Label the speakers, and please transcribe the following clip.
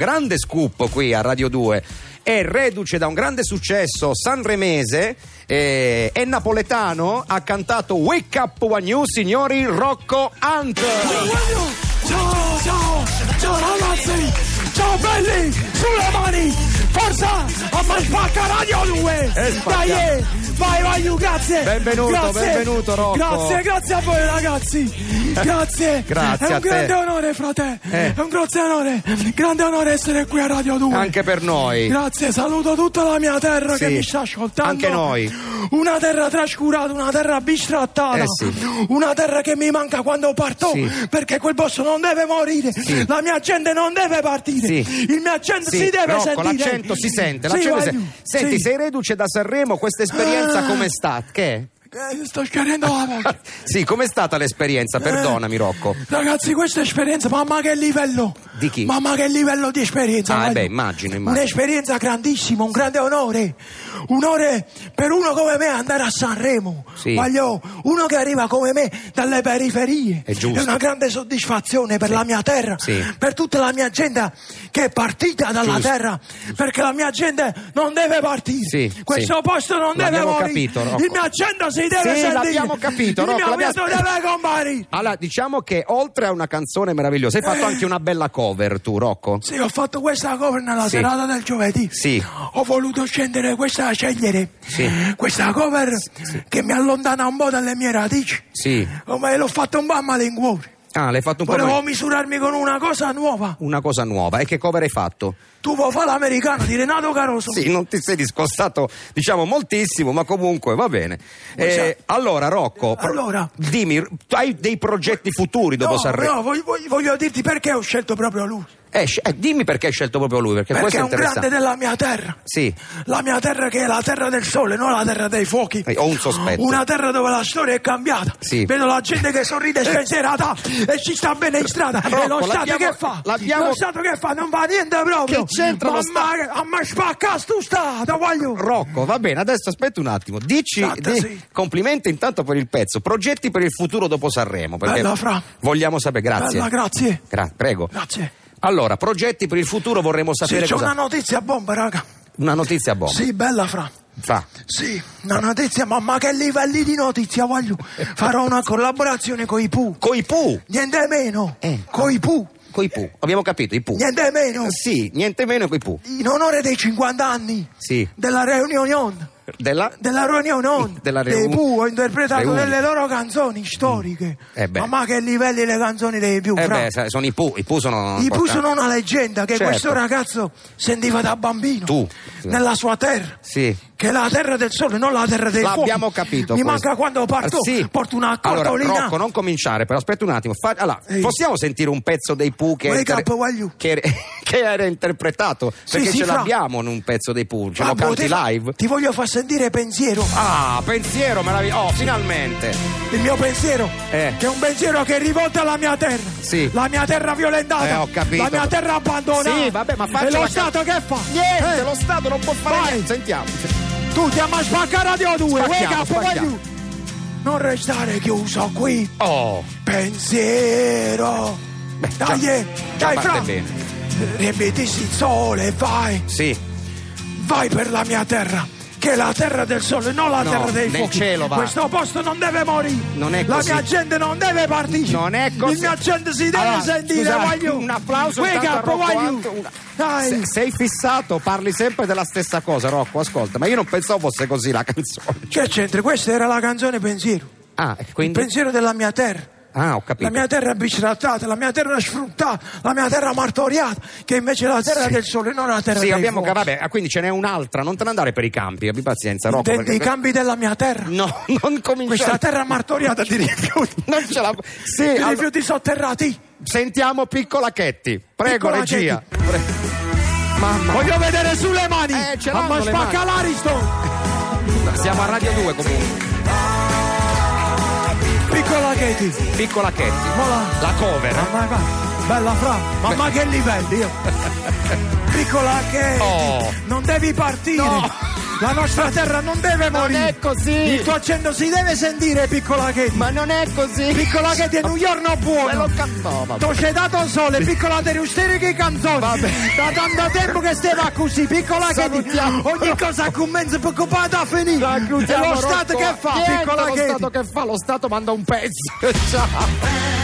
Speaker 1: Grande scoop qui a Radio 2. È reduce da un grande successo sanremese, eh, è napoletano, ha cantato Wake Up One You, signori Rocco Hunt.
Speaker 2: Ciao, ciao, ciao ragazzi, ciao belli, sulle mani, forza, a far spacca Radio 2,
Speaker 1: E spacca.
Speaker 2: dai, eh, vai, vai, you, grazie,
Speaker 1: Benvenuto,
Speaker 2: grazie,
Speaker 1: benvenuto, Rocco.
Speaker 2: grazie, grazie a voi ragazzi, grazie,
Speaker 1: Grazie
Speaker 2: è
Speaker 1: a
Speaker 2: un
Speaker 1: te.
Speaker 2: grande onore frate,
Speaker 1: Eh.
Speaker 2: è un grosso onore, grande onore essere qui a Radio 2,
Speaker 1: Anche per noi.
Speaker 2: Grazie, saluto tutta la mia terra
Speaker 1: Sì,
Speaker 2: che mi sta ascoltando.
Speaker 1: anche noi.
Speaker 2: Una terra trascurata, una terra bistrattata.
Speaker 1: Eh sì.
Speaker 2: Una terra che mi manca quando parto.
Speaker 1: Sì.
Speaker 2: Perché quel posto non deve morire.
Speaker 1: Sì.
Speaker 2: La mia gente non deve partire.
Speaker 1: Sì.
Speaker 2: Il mio accento
Speaker 1: Sì,
Speaker 2: si deve
Speaker 1: Rocco,
Speaker 2: sentire.
Speaker 1: l'accento si sente.
Speaker 2: Sì,
Speaker 1: L'accento si...
Speaker 2: vai.
Speaker 1: sente. Senti,
Speaker 2: Sì.
Speaker 1: sei reduce da Sanremo, questa esperienza
Speaker 2: Ah.
Speaker 1: com'è stata? Che?
Speaker 2: Eh, sto schiarendo la voce.
Speaker 1: Sì, com'è stata l'esperienza?
Speaker 2: Eh.
Speaker 1: Perdonami Rocco.
Speaker 2: Ragazzi, questa esperienza, mamma che livello!
Speaker 1: Ecco. Di chi?
Speaker 2: Mamma che livello di esperienza!
Speaker 1: Ah,
Speaker 2: guarda.
Speaker 1: beh, immagino, immagino.
Speaker 2: Un'esperienza grandissima, un grande onore. Onore per uno come me andare a Sanremo.
Speaker 1: Sì.
Speaker 2: Voglio uno che arriva come me dalle periferie.
Speaker 1: È giusto.
Speaker 2: una grande soddisfazione per la mia terra,
Speaker 1: Sì.
Speaker 2: per tutta la mia gente che è partita dalla
Speaker 1: Giusto.
Speaker 2: terra. Perché la mia gente non deve partire.
Speaker 1: Sì,
Speaker 2: Questo
Speaker 1: sì.
Speaker 2: posto non deve
Speaker 1: L'abbiamo
Speaker 2: morire.
Speaker 1: capito, Rocco.
Speaker 2: Il mio accento si deve
Speaker 1: Sì,
Speaker 2: sentire.
Speaker 1: l'abbiamo capito,
Speaker 2: Il
Speaker 1: Rocco,
Speaker 2: mio
Speaker 1: l'abbiamo-
Speaker 2: accento deve comparire.
Speaker 1: Allora, diciamo che oltre a una canzone meravigliosa, hai fatto anche una bella cover tu, Rocco.
Speaker 2: Sì, ho fatto questa cover nella
Speaker 1: Sì.
Speaker 2: serata del giovedì.
Speaker 1: Sì.
Speaker 2: Ho voluto scendere questa, scegliere
Speaker 1: Sì.
Speaker 2: questa cover che mi allontana un po' dalle mie radici.
Speaker 1: Sì.
Speaker 2: Oh, Ma l'ho fatto un po' a malincuore.
Speaker 1: Ah, l'hai fatto un po'
Speaker 2: Volevo
Speaker 1: noi-
Speaker 2: misurarmi con una cosa nuova.
Speaker 1: una cosa nuova. E che cover hai fatto?
Speaker 2: Tu vuoi fare l'americano di Renato Caruso?
Speaker 1: Sì, non ti sei discostato, diciamo, moltissimo, ma comunque va bene. Eh,
Speaker 2: Cioè-
Speaker 1: allora, Rocco, pro-
Speaker 2: Allora?
Speaker 1: dimmi, tu hai dei progetti futuri dopo
Speaker 2: no,
Speaker 1: Sanremo?
Speaker 2: no, voglio, voglio- voglio dirti perché ho scelto proprio lui.
Speaker 1: Eh, sc- eh, dimmi perché hai scelto proprio lui, perché,
Speaker 2: perché
Speaker 1: questo
Speaker 2: è
Speaker 1: è
Speaker 2: un grande
Speaker 1: interessante.
Speaker 2: della mia terra.
Speaker 1: Sì,
Speaker 2: La mia terra che è la terra del sole, non la terra dei fuochi.
Speaker 1: Eh, ho un sospetto.
Speaker 2: Una terra dove la storia è cambiata.
Speaker 1: Sì. Eh.
Speaker 2: Vedo la gente che sorride spensierata e ci sta bene in strada.
Speaker 1: Rocco,
Speaker 2: e lo Stato
Speaker 1: l'abbiamo-
Speaker 2: che fa?
Speaker 1: l'abbiamo-
Speaker 2: Lo Stato che fa? Non fa niente
Speaker 1: Che
Speaker 2: proprio.
Speaker 1: c'entra lo
Speaker 2: Mamma,
Speaker 1: Stato?
Speaker 2: A me spacca sto Stato, voglio.
Speaker 1: Rocco, va bene, adesso aspetta un attimo. Dici,
Speaker 2: Aspetta,
Speaker 1: di-
Speaker 2: sì.
Speaker 1: complimenti intanto per il pezzo, progetti per il futuro dopo Sanremo, perché
Speaker 2: Bella, Fra.
Speaker 1: vogliamo sapere, grazie.
Speaker 2: Bella, grazie.
Speaker 1: Gra- prego.
Speaker 2: Grazie.
Speaker 1: Allora, progetti per il futuro vorremmo
Speaker 2: Sì,
Speaker 1: sapere
Speaker 2: c'è
Speaker 1: cosa...
Speaker 2: una notizia bomba, raga.
Speaker 1: Una notizia bomba.
Speaker 2: Sì, bella, Fra.
Speaker 1: Fa.
Speaker 2: Sì, una notizia, mamma che livelli di notizia voglio. Farò una collaborazione con i Pooh.
Speaker 1: Coi Pooh.
Speaker 2: Niente meno.
Speaker 1: Eh.
Speaker 2: Con i Pooh.
Speaker 1: Coi Pooh. Abbiamo capito, i Pooh.
Speaker 2: Niente eh, meno.
Speaker 1: Sì, niente meno coi Pooh.
Speaker 2: in onore dei 50 anni
Speaker 1: Sì.
Speaker 2: della reunion
Speaker 1: Della...
Speaker 2: della reunion
Speaker 1: Della
Speaker 2: dei
Speaker 1: reun-
Speaker 2: Pooh ho interpretato
Speaker 1: reunion.
Speaker 2: delle loro canzoni storiche
Speaker 1: Eh beh.
Speaker 2: ma, ma che livelli le canzoni dei Pooh
Speaker 1: Eh
Speaker 2: fra.
Speaker 1: beh, sa- sono i Pooh. I Pooh sono...
Speaker 2: i Pooh
Speaker 1: importanti.
Speaker 2: sono una leggenda che
Speaker 1: Certo.
Speaker 2: questo ragazzo sentiva da bambino
Speaker 1: Tu.
Speaker 2: nella sua terra
Speaker 1: Sì.
Speaker 2: che è la terra del sole non la terra dei Eh, fuochi
Speaker 1: L'abbiamo capito.
Speaker 2: mi
Speaker 1: questo.
Speaker 2: manca quando parto
Speaker 1: Ah, sì.
Speaker 2: porto una cartolina
Speaker 1: Allora, Rocco, non cominciare, però aspetta un attimo. Fa- allora,
Speaker 2: Ehi.
Speaker 1: possiamo sentire un pezzo dei Pooh che,
Speaker 2: Wake up, why you?
Speaker 1: che- che era interpretato? perché
Speaker 2: sì,
Speaker 1: ce
Speaker 2: fra.
Speaker 1: l'abbiamo in un pezzo dei Pooh, ce lo
Speaker 2: Babbo,
Speaker 1: canti
Speaker 2: te-
Speaker 1: live.
Speaker 2: ti voglio far sentire pensiero
Speaker 1: Ah, pensiero meraviglioso. Oh, finalmente.
Speaker 2: il mio pensiero
Speaker 1: Eh.
Speaker 2: che è un pensiero che è rivolto alla mia terra
Speaker 1: Sì.
Speaker 2: la mia terra violentata
Speaker 1: Eh, ho capito.
Speaker 2: la mia terra abbandonata
Speaker 1: Sì, vabbè, ma faccia
Speaker 2: e lo
Speaker 1: la-
Speaker 2: Stato che fa?
Speaker 1: Niente,
Speaker 2: Eh,
Speaker 1: lo Stato non può fare
Speaker 2: Vai.
Speaker 1: niente. Sentiamo.
Speaker 2: tu ti amma spaccare Radio 2
Speaker 1: Spacchiamo,
Speaker 2: wake up,
Speaker 1: spacchiamo.
Speaker 2: voglio- non restare chiuso qui
Speaker 1: Oh,
Speaker 2: pensiero dai
Speaker 1: già-
Speaker 2: eh,
Speaker 1: già
Speaker 2: dai
Speaker 1: parte
Speaker 2: fra
Speaker 1: bene.
Speaker 2: rimettisi il sole e vai
Speaker 1: sì.
Speaker 2: vai per la mia terra che è la terra del sole, non la
Speaker 1: No,
Speaker 2: terra dei
Speaker 1: nel
Speaker 2: fuochi.
Speaker 1: cielo va.
Speaker 2: Questo posto non deve morire.
Speaker 1: Non è
Speaker 2: la
Speaker 1: così.
Speaker 2: mia gente non deve partire.
Speaker 1: Non è così.
Speaker 2: Il mio gente si deve
Speaker 1: Allora,
Speaker 2: sentire,
Speaker 1: scusa,
Speaker 2: voglio.
Speaker 1: un applauso
Speaker 2: Wake
Speaker 1: intanto a
Speaker 2: up,
Speaker 1: Rocco
Speaker 2: voglio.
Speaker 1: Hunt, una-
Speaker 2: Dai.
Speaker 1: Se- sei fissato, parli sempre della stessa cosa, Rocco. Ascolta, ma io non pensavo fosse così la canzone.
Speaker 2: Che c'entra? Questa era la canzone pensiero.
Speaker 1: Ah, e quindi.
Speaker 2: Il pensiero della mia terra.
Speaker 1: Ah, ho
Speaker 2: La
Speaker 1: capito.
Speaker 2: mia terra bistrattata, la mia terra sfruttata, la mia terra martoriata, che invece è la terra del sole, non la terra
Speaker 1: Sì,
Speaker 2: dei
Speaker 1: abbiamo
Speaker 2: fuochi.
Speaker 1: cap- vabbè, ah, quindi ce n'è un'altra, non te ne andare per i campi, abbi pazienza, Rocco.
Speaker 2: Intendi i
Speaker 1: perché-
Speaker 2: campi della mia terra.
Speaker 1: No, non
Speaker 2: Questa
Speaker 1: cominciare.
Speaker 2: terra martoriata di rifiuti.
Speaker 1: Non ce la. Sì,
Speaker 2: Di
Speaker 1: allora,
Speaker 2: rifiuti sotterrati.
Speaker 1: sentiamo Piccola Chetti. Prego,
Speaker 2: Piccola
Speaker 1: regia. Pre- Mamma,
Speaker 2: Voglio vedere sulle mani!
Speaker 1: Eh, ce l'hanno
Speaker 2: Mamma
Speaker 1: le mani.
Speaker 2: spacca l'Ariston!
Speaker 1: siamo a Radio 2 comunque.
Speaker 2: Piccola Katie!
Speaker 1: Piccola Chetti.
Speaker 2: Mola!
Speaker 1: La cover. eh.
Speaker 2: Mamma mia! Bella fra! Mamma che livelli! Piccola Katie!
Speaker 1: Oh.
Speaker 2: Non devi partire!
Speaker 1: No.
Speaker 2: La nostra terra non deve
Speaker 1: Non
Speaker 2: morire.
Speaker 1: è così.
Speaker 2: Il tuo accenno si deve sentire, piccola Katie.
Speaker 1: Ma non è così!
Speaker 2: Piccola Katie è New York non
Speaker 1: Quello
Speaker 2: buono.
Speaker 1: cantò, ma
Speaker 2: T'ho c'è dato sole, piccola te ustere che canzoni. Da tanto tempo che stiamo così, piccola Katie.
Speaker 1: Salutiamo.
Speaker 2: Ogni cosa commenza preoccupata a finire. E lo Stato che fa,
Speaker 1: Niente,
Speaker 2: piccola
Speaker 1: lo
Speaker 2: Katie?
Speaker 1: Stato che fa? Lo Stato manda un pezzo! Ciao!